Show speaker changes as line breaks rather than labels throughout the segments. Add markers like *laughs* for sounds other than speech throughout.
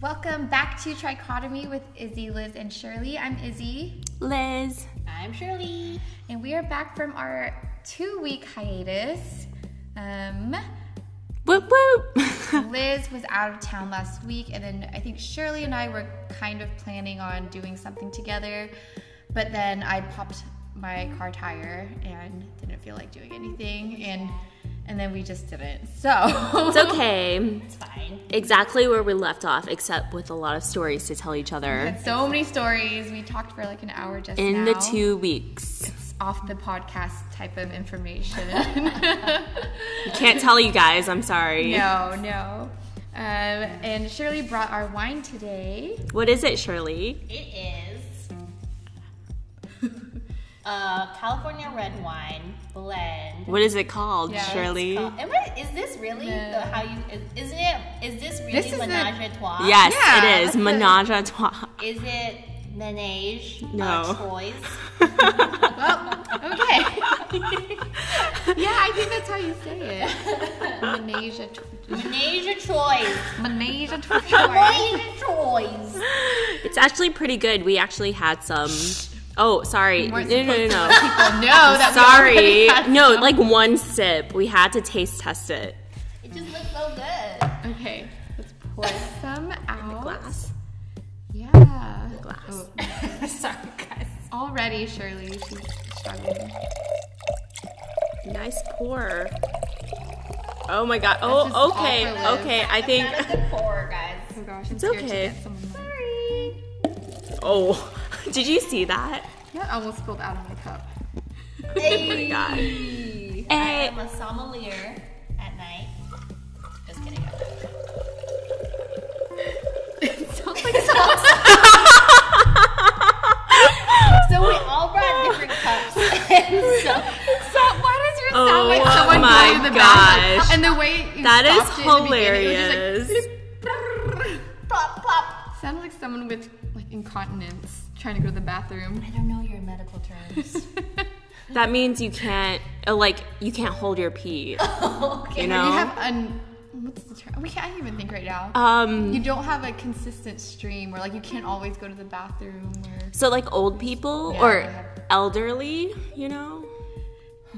Welcome back to Trichotomy with Izzy, Liz, and Shirley. I'm Izzy,
Liz.
I'm Shirley.
and we are back from our two week hiatus.
*laughs*
Um,
Whoop whoop.
Liz was out of town last week, and then I think Shirley and I were kind of planning on doing something together, but then I popped my car tire and didn't feel like doing anything, and and then we just didn't. So
it's okay.
It's fine.
Exactly where we left off, except with a lot of stories to tell each other
had *laughs* so many stories. We talked for like an hour just
in
now.
the two weeks.
It's off the podcast type of information.
Can't tell you guys, I'm sorry.
no, no. Um, and Shirley brought our wine today.
What is it, Shirley?
It is a California red wine blend. Oh,
What is it called,
Yeah, it's
Shirley?
Am I, is this really the how you? Is, isn't it? Is this really
This is
menage a trois?
Yes,
Yeah,
it
that's
is.
it.
Menage a trois.
Is it menage
No.
a toys?
Well, okay. yeah, I think that's how you say it. Menage a tw-
Menage
*laughs*
a toys.
menage a
Menage a toys.
It's actually pretty good. We actually had some. Oh, sorry. No,
weren't
no, no, no.
People know *laughs* that. we already
sorry.
had
No,
some.
like one sip. We had to taste test it.
It just looks so good.
Okay, let's pour some out.
Glass.
Yeah.
Glass.
Oh,
Sorry, guys.
already, Shirley, she's struggling.
Nice pour. Oh my god.
That's just all
Oh,
for
okay.
Liz.
Okay, I think. *laughs*
Not a good pour, guys.
Oh *laughs* gosh, I'm
It's
scared to
okay.
get someone.
Sorry.
Oh, *laughs* did you see that? *laughs*
That almost spilled out of my cup.
Oh my god.
Hey.
*laughs*
*laughs* Hey.
I'm a sommelier at night. Just kidding.
Sounds like sauce.
So we all
*laughs*
brought different cups. *laughs* And so
So why does your sound
Oh
like someone
my
going to the bathroom?
gosh.
And the way you
That is
stopped it in the beginning, it was just *laughs* Like,
plop plop.
Sounded like someone with like incontinence trying to go to the
*laughs*
bathroom. *laughs*
I don't know your medical terms.
That means you can't, uh, like, you can't hold
*laughs*
your pee.
okay.
You
Or You
know.
have un. What's the term? We can't I can't even think right now.
Um.
you don't have a consistent stream, or like you can't always go to the bathroom. Or
So like old people
Yeah, I have-
or elderly, you know.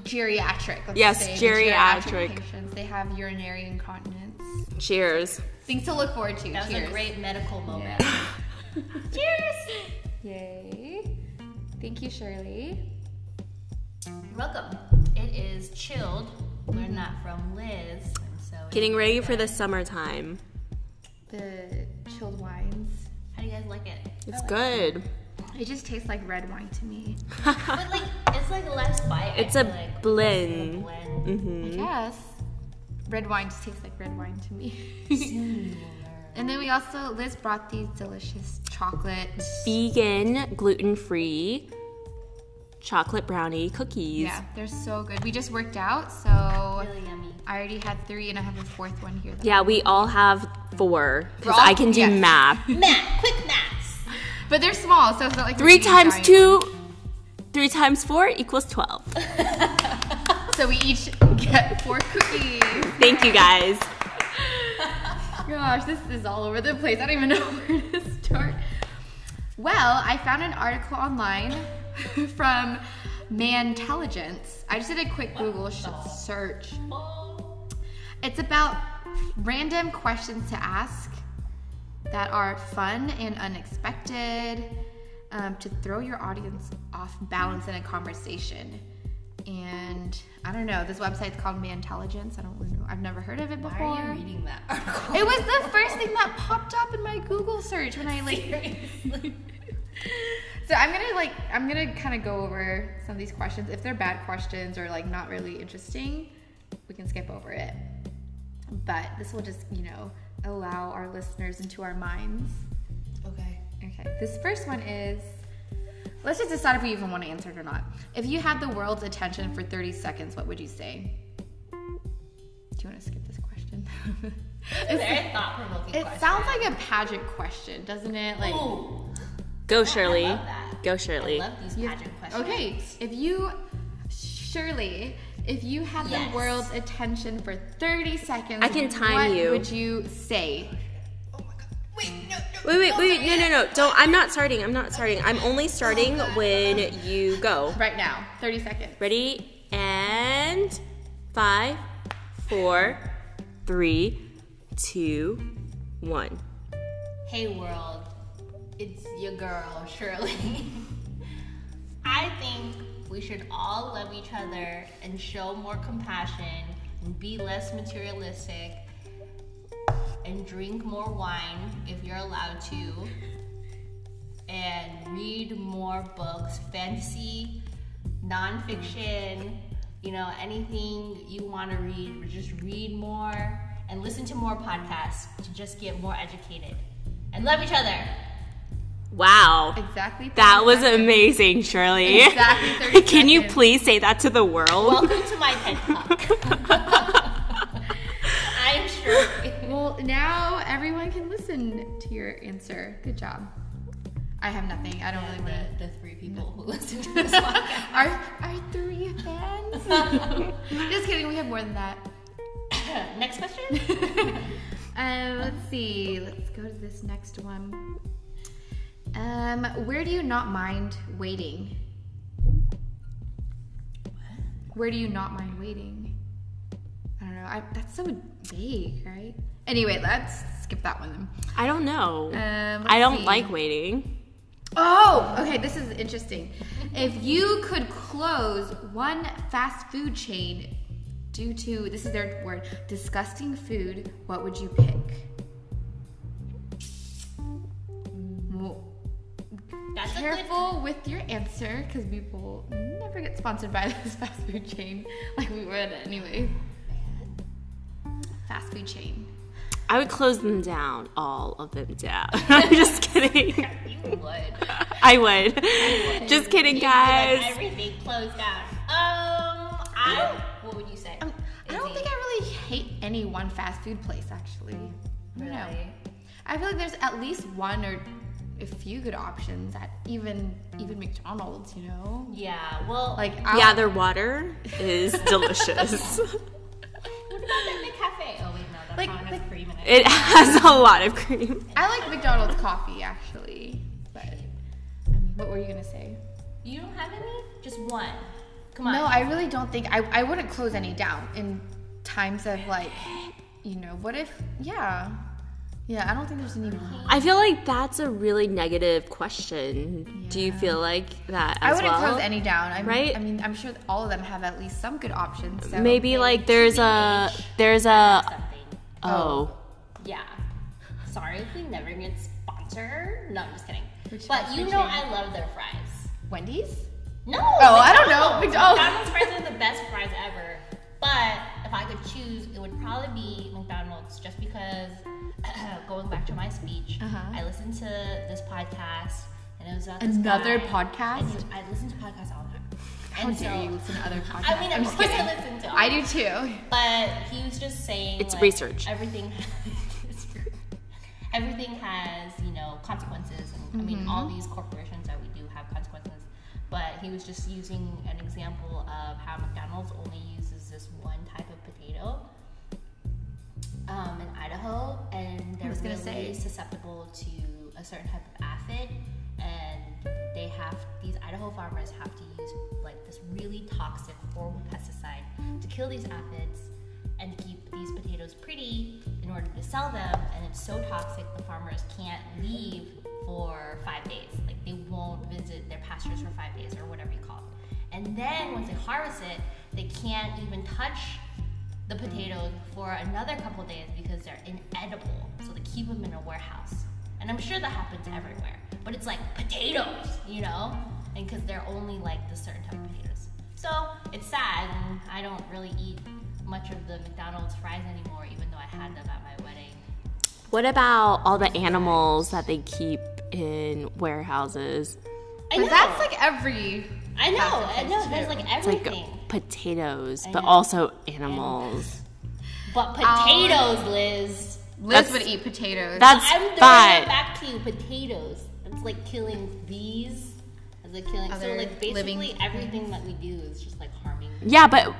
geriatric. Let's
Yes,
say, the
geriatric.
patients. They have urinary incontinence.
Cheers.
Things to look forward to.
That was
Cheers.
a great medical moment.
*laughs*
Cheers! Yay. Thank you, Shirley.
You're welcome. It is chilled. Learned that from Liz. I'm so
Getting ready for the summertime.
The chilled wines.
How do you guys like it?
It's good.
It just tastes like red wine to me.
*laughs*
But like, it's like less bite.
It's
I
a
feel like. It's a
blend.
blend.
Mm-hmm.
Yes. Red wine just tastes like red wine to me. *laughs* and then we also, Liz brought these delicious chocolate.
Vegan, gluten-free, chocolate brownie cookies.
Yeah, they're so good. We just worked out, so
Really yummy.
I already had three and I have a fourth one here.
Yeah, we all have four
We're
because
all-
I can do
yes. *laughs*
math.
Math. Quick maths.
But they're small, so it's not like we're
Three
eating
times
giant
two, three times four equals twelve.
ones. So we each *laughs* get four cookies.
Thank you guys.
Gosh, this is all over the place. I don't even *laughs* know where to start. Well, I found an article online *laughs* from Mantelligence. I just did a quick Google sh- search. It's about random questions to ask that are fun and unexpected um, to throw your audience off balance in a conversation. And I don't know. This website's called Mantelligence. I don't really know. I've never heard of it before.
Why are you reading that article?
It was the first thing that popped up in my Google search when I like. *laughs* so I'm gonna like I'm gonna kind of go over some of these questions. If they're bad questions or like not really interesting, we can skip over it. But this will just you know allow our listeners into our minds.
okay.
Okay. This first one is let's just decide if we even want to answer it or not. If you had the world's attention for 30 seconds, what would you say? Do you want to skip this question? *laughs* It's-
Very thought provoking
It
question.
sounds like a pageant question, doesn't it? Like,
Ooh.
Go Shirley.
I love that.
Go Shirley.
I love these pageant questions.
okay, if you, surely, if you had
Yes.
the world's attention for 30 seconds,
I can time
what
you.
would you say?
Oh my god. Wait, no,
Wait, wait, wait. No, no, no. Don't. I'm not starting. I'm not starting. I'm only starting when you go.
Right now, 30 seconds.
Ready? And five, four, three, two, one.
Hey world, it's your girl, *laughs* Shirley. I think we should all love each other and show more compassion and be less materialistic and drink more wine if you're allowed to and read more books, fantasy, nonfiction, you know, anything you want to read, but just read more and listen to more podcasts to just get more educated and love each other.
Wow.
Exactly.
That
30
was
seconds.
amazing, Shirley.
Exactly
*laughs*
30
Can you
seconds.
please say that to the world?
Welcome to my TED
*laughs*
Talk. I'm Shirley.
Well, now everyone can listen to your answer. Good job. I have nothing. I don't really want to.
The, the three people who listen to
*laughs*
this podcast.
Our, our three
*laughs*
fans. Just kidding. We have more than that.
*laughs* Next question?
*laughs* Um, let's see. Let's go to this next one. Um, where do you not mind waiting? Where do you not mind waiting? I don't know. I, that's so vague, right? Anyway, let's skip that one
I don't know.
then. Um,
I
let's
don't
see.
like waiting.
Oh, okay. This is interesting. if you could close one fast food chain due to this is their word disgusting food, what would you pick? Mo-
That's a good
Careful with your answer because we will never get sponsored by *laughs* this fast food chain like we would anyway. Fast food chain.
I would close them down, all of them down. *laughs* I'm just kidding.
You would.
I would. Just kidding,
Like
guys.
everything closed down. Um, I. What would you say?
Um, I don't
Izzy?
think I really hate any one fast food place actually. I don't know.
Really?
I feel like there's at least one or a few good options at even even McDonald's, you know?
Yeah. Well,
Like I'll,
Yeah, their water
*laughs*
is delicious.
what about in the cafe? Oh wait, no, that
Like-
probably has
like-
cream in it.
It has a lot of cream.
*laughs* I like McDonald's coffee actually. But I mean, what were you gonna say?
You don't have any? Just one. Come on.
No, I really don't think I, I wouldn't close any down in times of like you know, what if yeah. Yeah, I don't think there's any
I feel like that's a really negative question. Do you
Yeah.
feel like that
I
as
wouldn't
well?
close any down. I'm,
Right?
I mean, I'm sure all of them have at least some good options. So
Maybe like there's a there's a
Something.
oh
Yeah. Sorry if we never get sponsored. No, I'm just kidding.
Which
but
fast
you
food
know,
chain?
I love their fries.
Wendy's.
No.
Oh, I don't know.
McDonald's.
McDonald's.
McDonald's fries are the best fries ever. But if I could choose, it would probably be McDonald's just because *clears throat* going back to my speech,
Uh-huh.
I listened to this podcast and it was about this
Another
guy, and
podcast.
he- I listen to podcasts all the time.
How
and
dare
so,
you listen to other podcasts?
I mean,
I'm
of
just
course
kidding.
I listen to.
*laughs* I do too.
But he was just saying
It's
like,
research.
Everything, *laughs* everything has you know consequences, and I mean all
Mm-hmm.
these corporations that we do have consequences. But he was just using an example of how McDonald's only uses this one type of potato um, in Idaho, and they're
was gonna say.
really susceptible to a certain type of aphid, and they have these Idaho farmers have to use like this really toxic, horrible pesticide to kill these aphids and keep these potatoes pretty in order to sell them. And it's so toxic, the farmers can't leave for five days. Like they won't visit their pastures for five days or whatever you call it. And then once they harvest it, they can't even touch the potatoes for another couple days because they're inedible. So they keep them in a warehouse. And I'm sure that happens everywhere. But it's like potatoes, you know? And because they're only like the certain type of potatoes. So it's sad. And I don't really eat much of the McDonald's fries anymore, even though I had them at my wedding.
What about all the animals that they keep in warehouses?
I
But
know.
that's like every.
I know.
fast
I
food
know.
too.
There's like
It's like
everything.
potatoes,
I
but
know.
also animals.
but
um,
potatoes, Liz.
Liz
That's-
would eat potatoes.
That's
I'm throwing it
fine.
back to you, potatoes. It's like killing these. It's like killing. so
Other
like basically
living
everything that we do is just like harming.
Yeah, but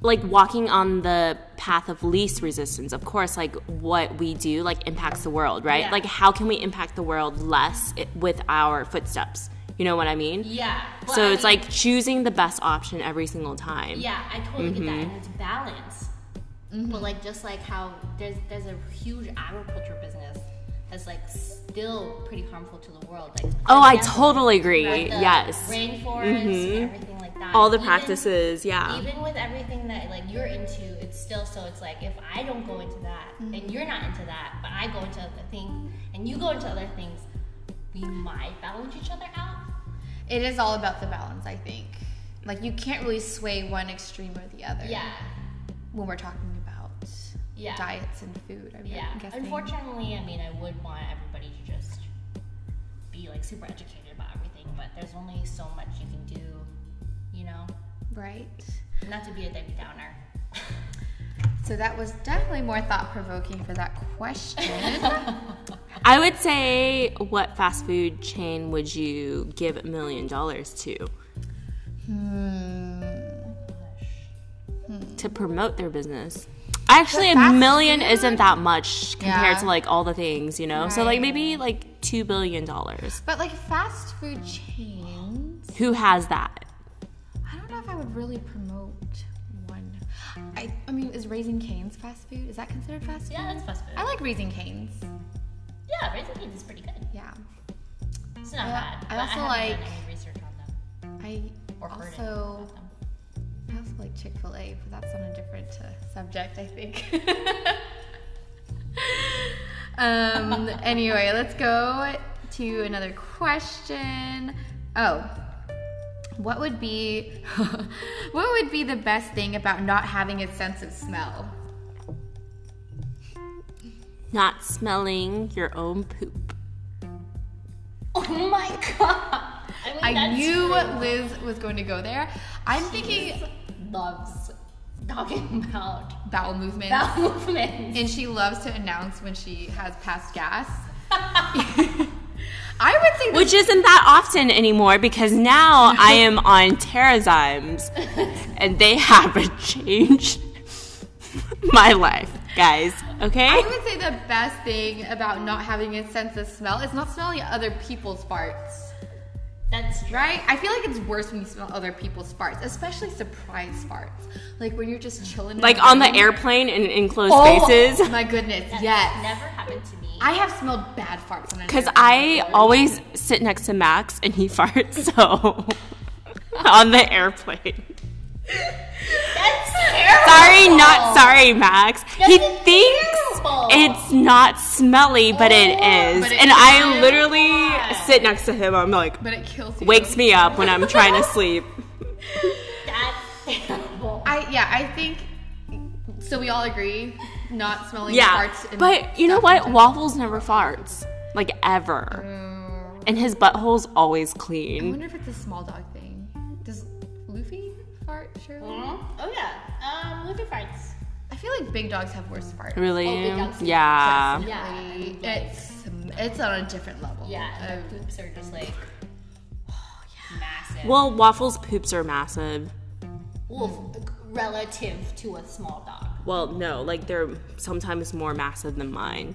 like walking on the path of least resistance of course like what we do like impacts the world right
Yeah.
like how can we impact the world less i- with our footsteps you know what i mean
Yeah. Well,
so
I
it's
mean,
like choosing the best option every single time
Yeah, I totally get
Mm-hmm.
that, and it's balance. But like just like how there's there's a huge agriculture business that's like still pretty harmful to the world. Like
oh i
example,
totally agree
like, the
yes Mm-hmm.
rainforest, everything like that.
all the
Even-
practices yeah
Even with everything that like you're into, it's still so. It's like if I don't go into that,
Mm-hmm.
and you're not into that, but I go into other things, and you go into other things, we might balance each other out.
It is all about the balance, I think. Like you can't really sway one extreme or the other.
Yeah,
When we're talking about
Yeah.
diets and food, I'm
yeah.
guessing.
Unfortunately, I mean, I would want everybody to just be like super educated about everything, but there's only so much you can do, you know.
Right.
Not to be a Debbie
*laughs*
Downer.
So that was definitely more thought provoking for that question. *laughs*
i would say what fast food chain would you give a million dollars to
hmm.
to promote their business. Actually, a
fast
million
food?
isn't that much compared
Yeah.
to like all the things, you know. So like
Right.
maybe like two billion dollars.
But like fast food chains,
Who has that?
I don't know if I would really promote one. I, I mean, is Raising Cane's fast food? Is that considered fast food?
Yeah, that's fast food.
I like Raising Cane's.
Yeah, Raising Cane's is pretty good.
Yeah.
It's not
I-
bad.
I
but
also
haven't
like-
done any research on them
I
or heard anything
also
about them.
I also like Chick Fil A, but that's on a different uh, subject, I think. *laughs* um. Anyway, let's go to another question. Oh, what would be *laughs* what would be the best thing about not having a sense of smell?
Not smelling your own poop.
*laughs* Oh my god! I mean,
I
that's
knew
true.
Liz was going to go there. I'm thinking
loves talking about *laughs*
bowel movements,
bowel movements.
and she loves to announce when she has passed gas. I would say the
Which isn't that often anymore because now
*laughs*
I am on Terrazymes and they haven't *laughs* changed my life, guys. Okay?
I would say the best thing about not having a sense of smell is not smelling other people's farts,
That's true.
right? I feel like it's worse when you smell other people's farts, especially surprise farts. Like when you're just chilling. in
Like on the
room.
airplane in enclosed
Oh,
spaces.
my goodness,
That's
yes.
Never happened to me.
I have smelled bad farts on an
Because
airplane
I
before.
always sit next to Max and he *laughs* farts, so *laughs* on the airplane.
*laughs*
That's terrible.
Sorry,
Oh.
not sorry, Max. he
That's
thinks
terrible.
it's not smelly, but it is.
Oh, But it
and I
is.
literally
Yeah.
sit next to him. I'm like,
But it kills you.
wakes me up when I'm trying
*laughs*
to sleep.
That's terrible.
I yeah, I think. So we all agree, not smelling
Yeah.
farts. and
But you know
stuff
what?
sometimes.
Waffles never farts. Like, ever.
Mm,
And his butthole's always
I
clean.
wonder if it's a small dog thing. Does Luffy fart? Surely.
Oh yeah. Um, look at farts.
I feel like big dogs have worse farts.
Really?
Oh, big dogs do.
yeah.
Yeah.
Definitely. It's it's on a different level.
Yeah.
of-
The poops are just like
Oh,
massive.
Well, waffles' poops are massive.
Wolf relative to a small dog.
Well, no, like they're sometimes more massive than mine.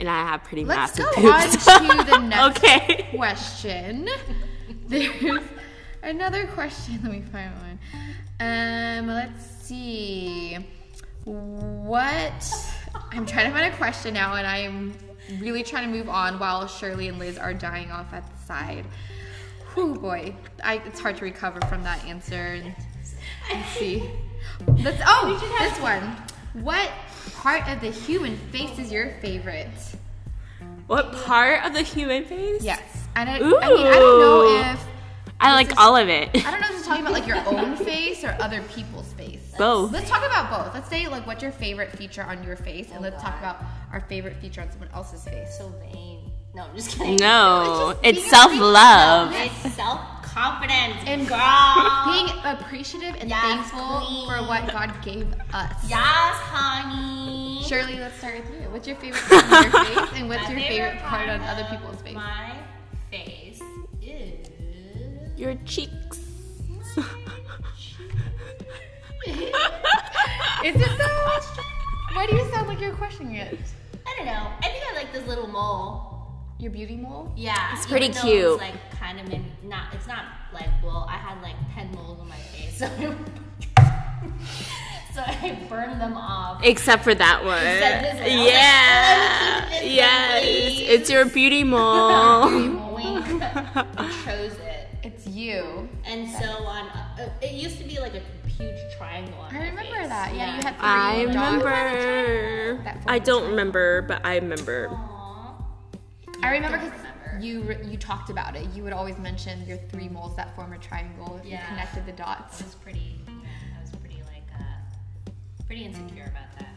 And I have pretty
let's go on
massive poops.
to
*laughs*
the next
okay.
question. *laughs* There's another question. *laughs* Let me find one. Um, let's see. What? I'm trying to find a question now, and I'm really trying to move on while Shirley and Liz are dying off at the side. Oh boy, I, it's hard to recover from that answer. And let's see. Let's, oh, this one. What part of the human face is your favorite?
What part of the human face?
Yes. And it, I mean, I don't
Ooh.
know if
I like all
*laughs*
of it.
I don't know if this is talking about like your own face or other people's face.
Both.
Let's talk about both. Let's say like what's your favorite feature on your face, and let's talk about our favorite feature on someone else's face.
So vain. No, I'm just kidding.
No,
It's just
it's,
being
self love.
It's self confidence,
And
girl.
*laughs* being appreciative and
Yes,
thankful for
queen.
what God gave us.
Yes, honey.
Shirley, let's start with you. What's your favorite part on your
*laughs*
face, and what's
My
your favorite part on other
of
people's face?
My face is.
*laughs*
Your cheeks.
cheeks.
crushing it.
I don't know. I think I like this little mole.
Your beauty mole?
Yeah,
It's pretty
even though
cute.
It's like kind of in, not. It's not like well, I had like ten moles on my face, *laughs* so so I burned
*laughs*
them off.
Except for that one.
Except this one. I was like, "Oh, let me
Yeah. Yes.
keep this one, please."
It's your
*laughs*
beauty mole.
Wink. I chose it.
It's you.
And so on, uh, it used to be like a huge triangle. On
I
my
remember
face.
that. Yeah, you had three
*laughs* I
dogs.
remember.
That
I don't remember, but I remember.
Aw.
I remember because
remember.
you re- you talked about it. You would always mention your three moles that form a triangle if you
Yeah.
connected the
I *laughs*
dots.
was pretty. Yeah, I was pretty like uh, pretty insecure about that.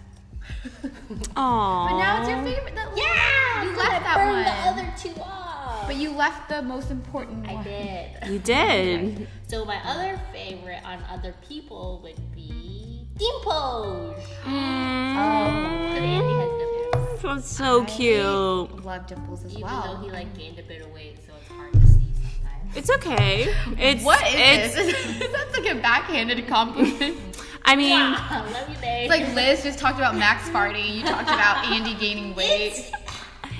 Aww.
But now it's your favorite. That
Yeah,
you
'cause
left
I
that
burned
one.
the other two off.
But you left the most important
I
one.
did.
You did.
So my other favorite on other people would be Dimpoge.
Mm.
Oh,
But Andy has dimples,
It was so cute.
I love dimples as
even though
well.
he like gained a bit of weight, so it's hard to see sometimes.
It's
*laughs*
okay. It's
What is
it's,
this? *laughs* That's like a backhanded compliment.
*laughs*
I mean,
*laughs* Yeah, *laughs* love you,
it's
babe.
like Liz just talked about Max farting. You talked about Andy gaining weight.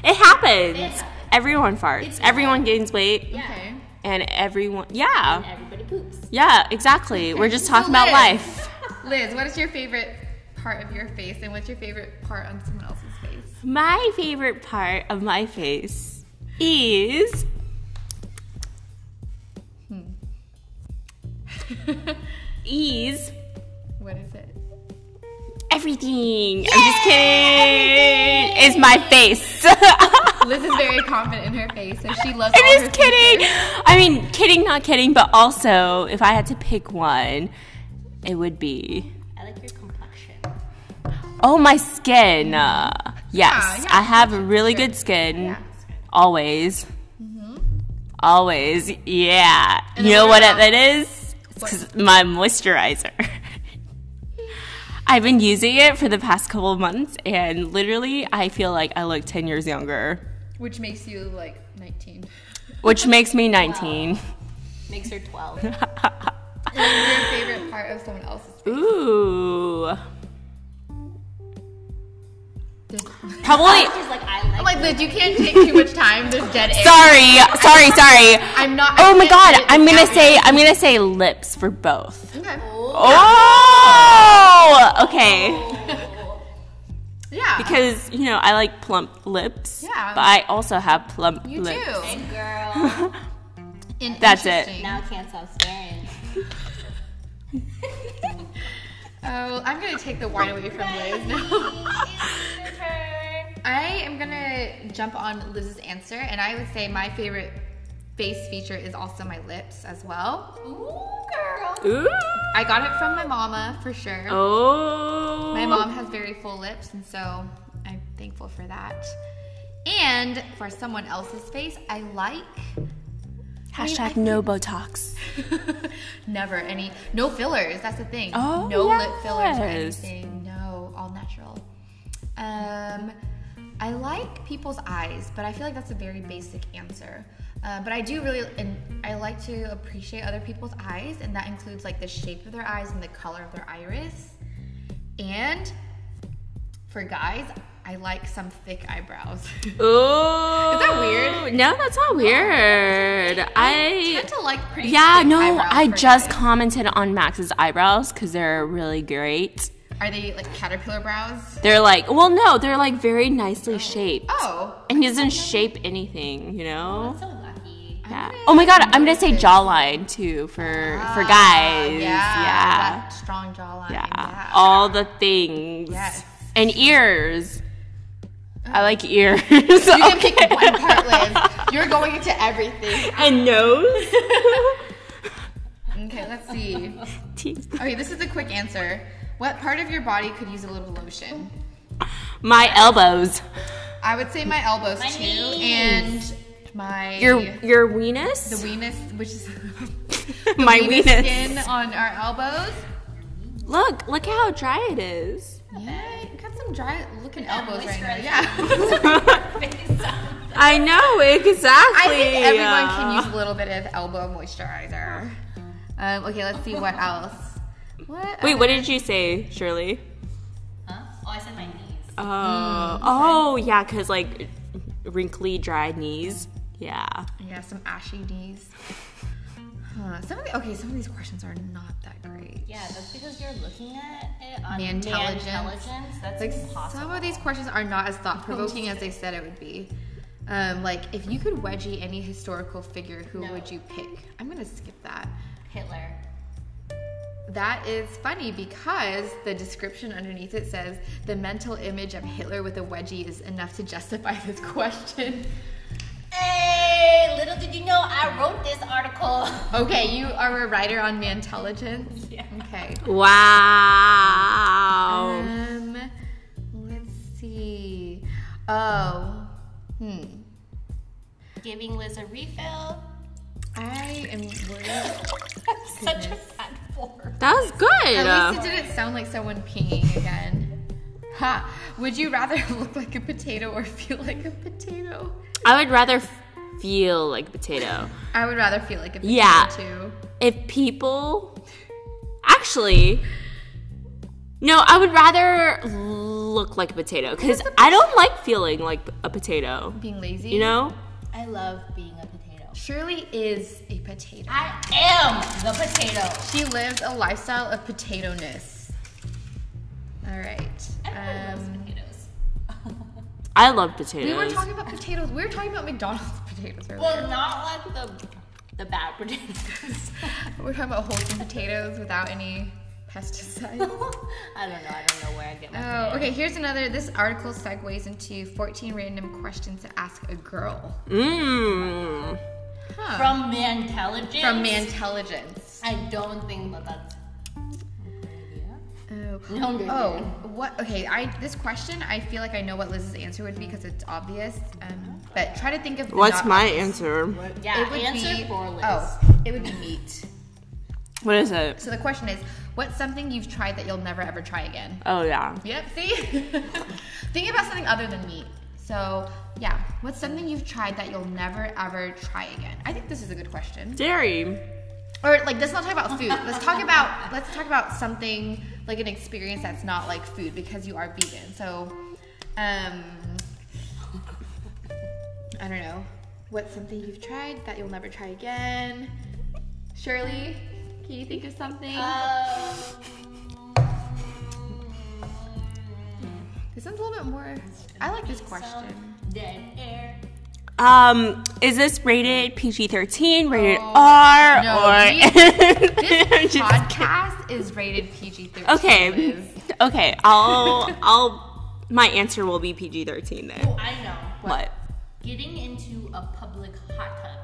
it happens.
happens.
Everyone farts.
It's-
everyone gains weight,
yeah.
Okay.
and everyone.
And
Yeah.
everybody poops.
Yeah. Exactly. We're just talking about
Liz.
life. *laughs*
Liz, what is your favorite part of your face, and what's your favorite part on someone else's face?
My favorite part of my face is
Hmm.
is
what is it?
everything. I'm just kidding. Is my face. *laughs* I'm
Liz is very confident in her face, so she loves. all her
just kidding.
features.
I mean, kidding, not kidding, but also if I had to pick one, it would be
I like your complexion.
oh my skin. Uh, yes,
yeah,
I have really good skin. Always. Always. Yeah. you know what
what
that is? It's 'cause my moisturizer. *laughs* I've been using it for the past couple of months and literally I feel like I look 10 years younger,
Which makes you like 19.
which makes me 19.
Makes her *laughs* 12. Ooh,
Your favorite part of someone else's face?
*laughs* Ooh.
There's-
Probably
She's like, I like,
I'm like Liz, you can't take too much time. There's dead air.
Sorry. Sorry, sorry.
I'm not. I
Oh my
can't
god,
edit this
I'm going
out.
to say I'm going to say lips for both.
Okay.
Oh! Okay.
*laughs* Yeah.
Because you know I like plump lips,
Yeah.
but I also have plump
you
lips.
too.
it, girl. *laughs*
And
That's it.
interesting.
now I can't stop staring.
*laughs* Oh, I'm gonna take the wine away from Liz now. *laughs*
It's your turn.
I am gonna jump on Liz's answer, and I would say my favorite face feature is also my lips as well.
Ooh, girl.
*laughs* Ooh.
I got it from my mama for sure.
Oh.
My mom has very full lips, and so I'm thankful for that. And for someone else's face, I like
Hashtag no Botox.
*laughs* never any no fillers. That's the thing.
Oh,
no lip fillers or
yes.
anything. No, all natural. Um, I like people's eyes, but I feel like that's a very basic answer. Uh, but I do really, and I like to appreciate other people's eyes, and that includes like the shape of their eyes and the color of their iris. And for guys, I like some thick eyebrows. *laughs*
Ooh. Is
that weird?
No, that's not weird.
tend
I.
to like pretty.
Yeah,
thick
no,
eyebrows
I
for
just
guys.
commented on Max's eyebrows because they're really great.
Are they like caterpillar brows?
They're like, well, no, they're like very nicely shaped.
Oh,
And he doesn't shape anything, you know?
So lucky.
Yeah. Oh my god, I'm gonna say jawline too for
Ah,
for guys.
yeah,
Yeah.
that strong jawline.
Yeah.
Yeah.
All the things.
Yes. Oh.
And ears. I like ears.
you can pick one part, Liz. You're going into everything.
*laughs* and
*laughs*
nose.
Okay, let's see.
Teeth.
Okay, this is a quick answer. What part of your body could use a little lotion?
My elbows.
I would say my elbows too,
knees.
and my
Your your
the
weenus.
weenus, which is
*laughs* My
weenus
weenus.
skin on our elbows.
Look, look how dry it is.
Yeah, you got some dry looking elbows right now.
moisturizer.
Yeah.
*laughs* I know exactly.
I think everyone can use a little bit of elbow moisturizer. Um, okay, let's see what else. What?
Wait,
other-
what did you say, Shirley?
Huh? Oh, I said my knees.
Oh,
Hmm,
oh yeah, because like wrinkly, dry knees. Yeah.
Yeah, some ashy knees. Huh. Some of the, okay, some of these questions are not that great.
Yeah, that's because you're looking at it on
Mantelligence.
intelligence. That's
Like
impossible.
some of these questions are not as thought provoking as they said it would be. Um, like if you could wedgie any historical figure, who
No.
would you pick? I'm gonna skip that.
Hitler.
That is funny because the description underneath it says the mental image of Hitler with a wedgie is enough to justify this *laughs* question.
Hey, little did you know I wrote this
*laughs*
article.
Okay, you are a writer on
*laughs*
Mantelligence. Yeah. Okay.
Wow.
Um, let's see. Oh, hmm.
Giving Liz a refill.
I am worried.
*laughs* Such a bad form.
That was good.
At least it didn't sound like someone peeing again. Ha! Would you rather *laughs* look like a potato or feel like a potato?
I would rather f- feel like a potato.
I would rather feel like a potato
Yeah.
too.
If people actually No, I would rather look like a potato cuz I don't like feeling like a potato.
Being lazy.
You know?
I love being a potato.
Shirley is a potato.
I am the potato.
She lives a lifestyle of potato ness. All right.
Everyone loves
Um,
potatoes.
I love potatoes.
we were talking about potatoes. We were talking about McDonald's *laughs* potatoes earlier.
*laughs* Well, not like the the bad potatoes. *laughs*
We're talking about wholesome potatoes without any pesticides.
*laughs* I don't know. I don't know where I get my.
Oh, okay. Here's another. This article segues into 14 random questions to ask a girl
Mmm.
huh. from
From Mantelligence.
from Mantelligence.
I don't think that that's. a good idea.
Oh,
No, no,
oh, what? Okay, I this question. I feel like I know what Liz's answer would be because it's obvious. Um, but try to think of the
What's
not-
my answer?
Yeah,
It would
answer
be,
for Liz.
Oh, it would be meat.
What is it?
So the question is, what's something you've tried that you'll never ever try again?
Oh yeah.
Yep. See, *laughs* think about something other than meat. So yeah, what's something you've tried that you'll never ever try again? I think this is a good question.
Dairy.
or like let's not talk about food let's talk about let's talk about something like an experience that's not like food because you are vegan so um i don't know what's something you've tried that you'll never try again shirley can you think of something
Uh, Um,
this one's a little bit more i like this question
Dead air.
Um, is this rated PG-13, rated
Oh,
R,
no,
or *laughs*
we- this
Just
podcast is rated pg-13
okay?
Liz.
Okay, I'll I'll my answer will be PG-13 then.
Oh, I know.
What?
Getting into a public hot tub.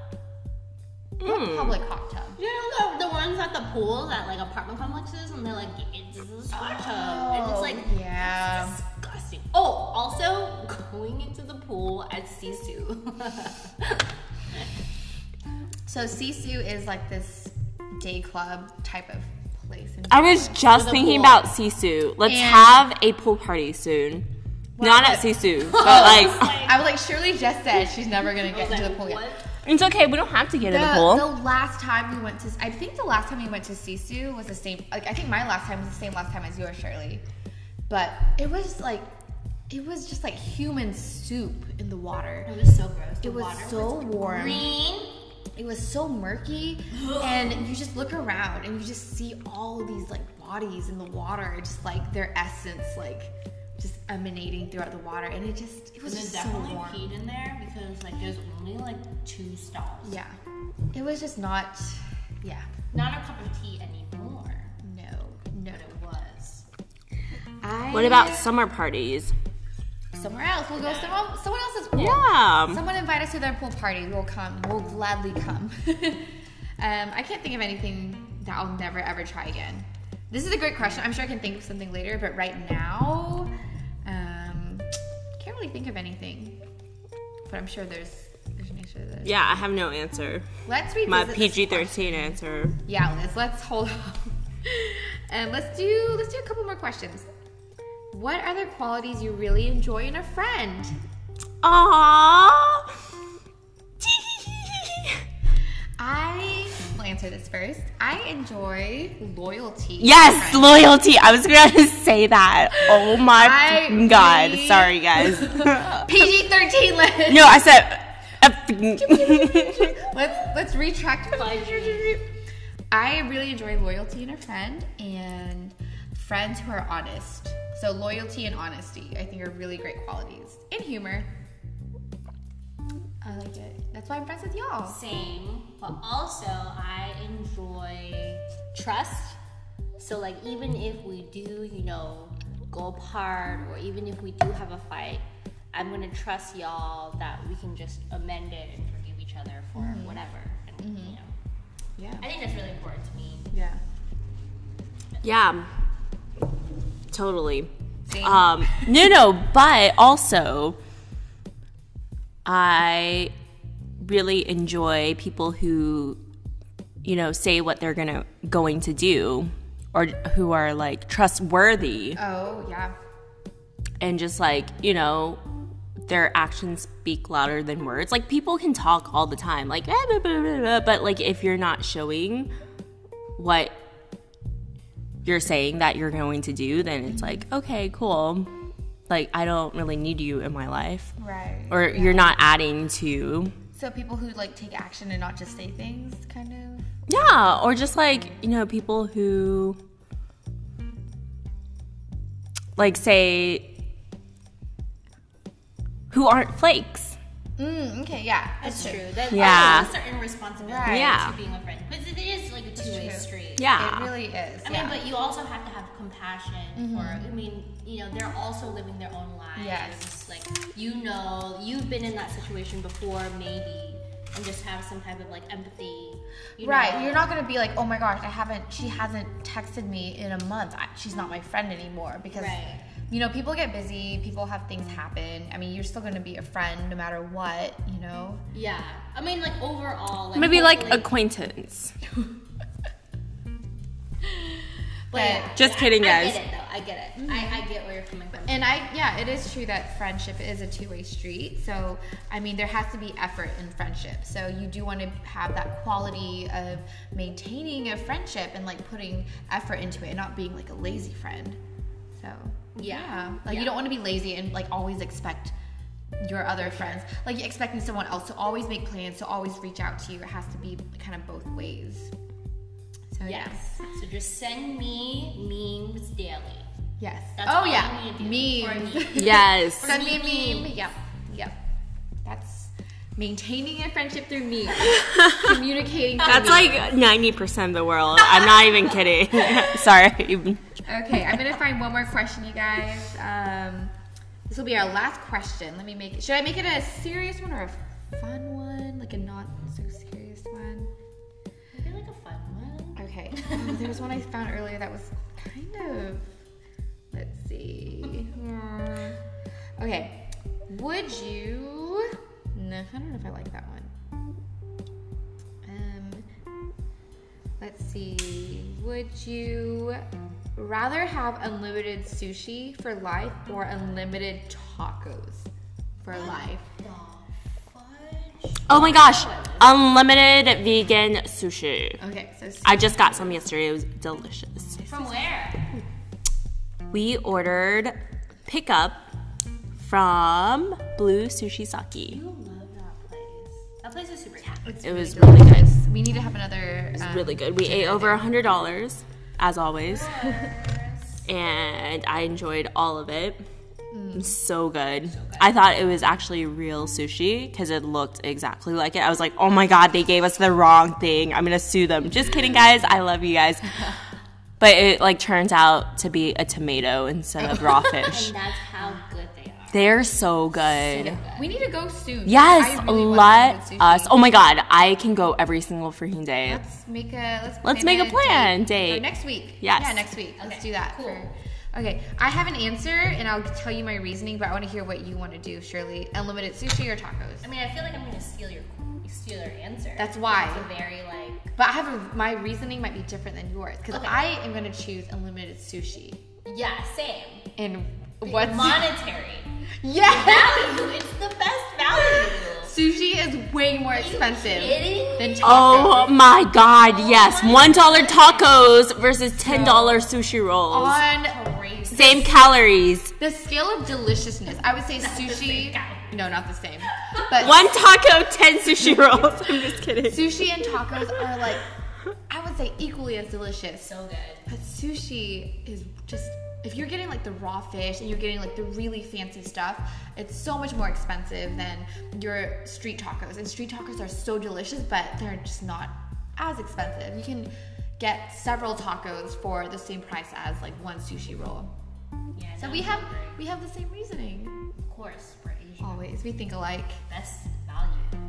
What public hot tub
You know the, the ones at the pools at like apartment complexes, and they're like, it's this hot tub, and it's like
Oh, yeah
disgusting. Oh, also going into the pool at Sisu.
So Sisu is like this day club type of place. in-
I was just
With a
thinking
pool.
about Sisu. Let's
And-
have a pool party soon. Not at
*laughs*
Sisu, but like
I was like, Shirley just said she's never gonna get into the pool yet.
it's okay. We don't have to get in the
The,
pool.
the last time we went to, I think the last time we went to Sisu was the same. Like I think my last time was the same last time as yours, Shirley. But it was like, it was just like human soup in the water.
*laughs* It was so gross. The
It was
water
so warm.
green.
It was so murky,
*gasps*
and you just look around and you just see all these like bodies in the water, just like their essence, like just emanating throughout the water, and it just it was
And then
just so
definitely
warm.
peed in there because like there's only like two stalls.
Yeah, it was just not. Yeah,
Not a cup of tea anymore,
no, no.
but it was.
I,
What about summer parties?
somewhere else? We'll go someone someone else's pool.
Yeah.
Someone invite us to their pool party. We'll come. We'll gladly come. *laughs* um, I can't think of anything that I'll never ever try again. This is a great question. I'm sure I can think of something later, but right now, um, can't really think of anything. But I'm sure there's there's an answer to this.
Yeah, I have no answer.
Let's revisit
My
this
PG-13 answer.
yeah, Liz, let's hold *laughs* up. and let's do let's do a couple more questions. What are the qualities you really enjoy in a friend?
Aww.
I answer this first. I enjoy loyalty.
*laughs* Yes,
Friends.
loyalty. I was gonna *laughs* say that. Oh my
I
f***ing god.
really-
Sorry, guys.
PG thirteen. Let's
no, I said. uh, a f***ing-
let's let's retract. I really enjoy loyalty in a friend and friends who are honest. So loyalty and honesty, I think, are really great qualities. And humor. I like it. That's why I'm friends with y'all.
Same, but also I enjoy trust. So like even if we do, you know, go apart or even if we do have a fight, I'm gonna trust y'all that we can just amend it and forgive each other for whatever. And, you know,
Yeah.
I think that's really important to me.
Yeah.
yeah. Totally.
Same.
Um, no, no, but also, I really enjoy people who, you know, say what they're gonna going to do, or who are like trustworthy
oh yeah.
and just like you know, their actions speak louder than words. Like people can talk all the time, like eh, blah, blah, blah, blah, but like if you're not showing what you're saying that you're going to do, then it's like okay, cool. Like I don't really need you in my life,
Right.
or you're not adding to
so people who like take action and not just say things, kind of.
Yeah, or just like, you know, people who like say who aren't flakes.
Mm, okay. Yeah.
That's true. That's
Yeah.
a certain responsibility
Right.
Yeah.
to being a friend. But it is like a two way
true.
street.
Yeah.
It really is.
I mean,
yeah. Mm-hmm.
but you also have to have compassion for. I mean, you know, they're also living their own lives.
Yes.
Like you know, you've been in that situation before, maybe, and just have some type of like empathy. You
right.
know?
You're not gonna be like, oh my gosh, I haven't. She hasn't texted me in a month. I, she's not my friend anymore because.
Right.
You know, people get busy, people have things happen. I mean, you're still gonna be a friend no matter what, you know?
Yeah. I mean, like overall, like
Maybe like
hopefully-
acquaintance.
but yeah.
Just kidding,
I
guys.
get it though. I get it. I, I get where you're coming from.
Mm-hmm. And I, yeah, it is true that friendship is a two way street. So, I mean, there has to be effort in friendship. So, you do want to have that quality of maintaining a friendship and like putting effort into it and not being like a lazy friend. So,
Yeah.
Like, you
Yeah.
don't want to be lazy and like always expect your other friends, like, you're expecting someone else to always make plans, to always reach out to you. It has to be kind of both ways. So,
Yes. So just send me memes daily.
yes. Yes.
That's
oh,
all
yeah.
you need to do.
Memes.
Or
*laughs*
memes.
Yes.
Send me a
Meme.
meme. Yep. Yep. That's maintaining a friendship through memes. Communicating through
That's like 90% of the world. I'm not even kidding. *laughs* Sorry.
memes. Okay, I'm gonna find one more question, you guys. Um, this will be our last question. Let me make it. Should I make it a serious one or a fun one? Like a not so serious one?
Maybe like a fun one.
Okay. Um, there was one I found earlier that was kind of. Let's see. Hmm. Okay. Would you? No, I don't know if I like that one. Um. Let's see. Would you rather have unlimited sushi for life or unlimited tacos for life?
The fudge.
Oh my gosh. Unlimited vegan sushi.
Okay, so sushi.
I just got some yesterday. It was delicious.
From where?
We ordered pickup from Blue Sushi Saki.
You love that place. That place is super cute.
It's
It was
really
really good.
delicious. We need to have another.
It was
um,
really good. We ate over a hundred dollars, as always, and I enjoyed all of it.
Mm.
It was So good. I thought it was actually real sushi because it looked exactly like it. I was like, oh my god, they gave us the wrong thing. I'm gonna sue them. Just kidding, guys. I love you
*laughs*
guys. But it like turns out to be a tomato instead
*laughs*
of raw fish.
And that's how good they are.
They're so good.
We need to go soon.
Yes,
I really want
let
unlimited sushi.
us. Oh my god, I can go every single freaking day.
Let's make a let's,
Let's make a plan,
for
date.
next week.
Yes.
Yeah, next week. Let's do that.
cool.
for- okay, I have an answer, and I'll tell you my reasoning, but I want to hear what you want to do, Shirley. Unlimited sushi or
I
tacos?
mean, I feel like I'm gonna steal your steal your answer.
That's why.
It's a very like
But I have a, my reasoning might be different than yours because
Okay.
I am going to choose unlimited sushi.
yeah, same.
And what's
monetary?
*laughs*
*laughs*
yes?
Value. It's the best value.
Sushi is way more expensive
kidding
than tacos.
Oh my god, yes. $1 tacos versus $10 sushi rolls.
Oh, On
Crazy.
Same calories.
the scale of deliciousness, I would say sushi. No, not the
*laughs*
same. But
One taco, 10 sushi rolls. I'm just kidding.
sushi and tacos are like, I would say equally as delicious.
So good.
But sushi is just if you're getting like the raw fish and you're getting like the really fancy stuff, it's so much more expensive than your street tacos. And street tacos are so delicious, but they're just not as expensive. You can get several tacos for the same price as like one sushi roll.
Yeah.
So
no,
we have
we're-
we have the same reasoning.
of course, we're Asian.
Always we think alike.
Best value.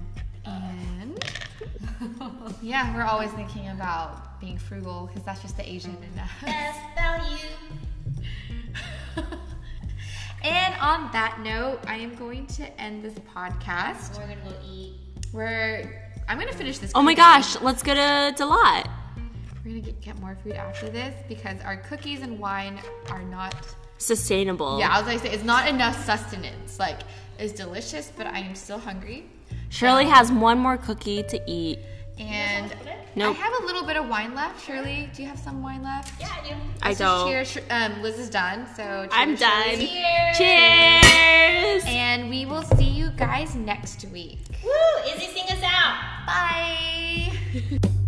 *laughs* And yeah, we're always thinking about being frugal because that's just the Asian in us.
Best value.
*laughs* and on that note, I am going to end this podcast.
We're gonna go eat.
We're I'm gonna finish this.
*laughs* Oh my
cookie.
gosh, let's go to Delat.
We're gonna get, get more food after this because our cookies and wine are not.
Sustainable.
Yeah, I was gonna say it's not enough sustenance. Like it's delicious, but I am still hungry.
Shirley has one more cookie to eat.
And
Nope.
I have a little bit of wine left. Shirley, do you have some wine left?
Yeah, dude.
I
Let's just
don't.
Cheers. Shir- Um, Liz is done, so
I'm
cheers, Shirley.
done. Cheers.
Cheers.
And we will see you guys next week.
Woo! Izzy, sing us out.
Bye.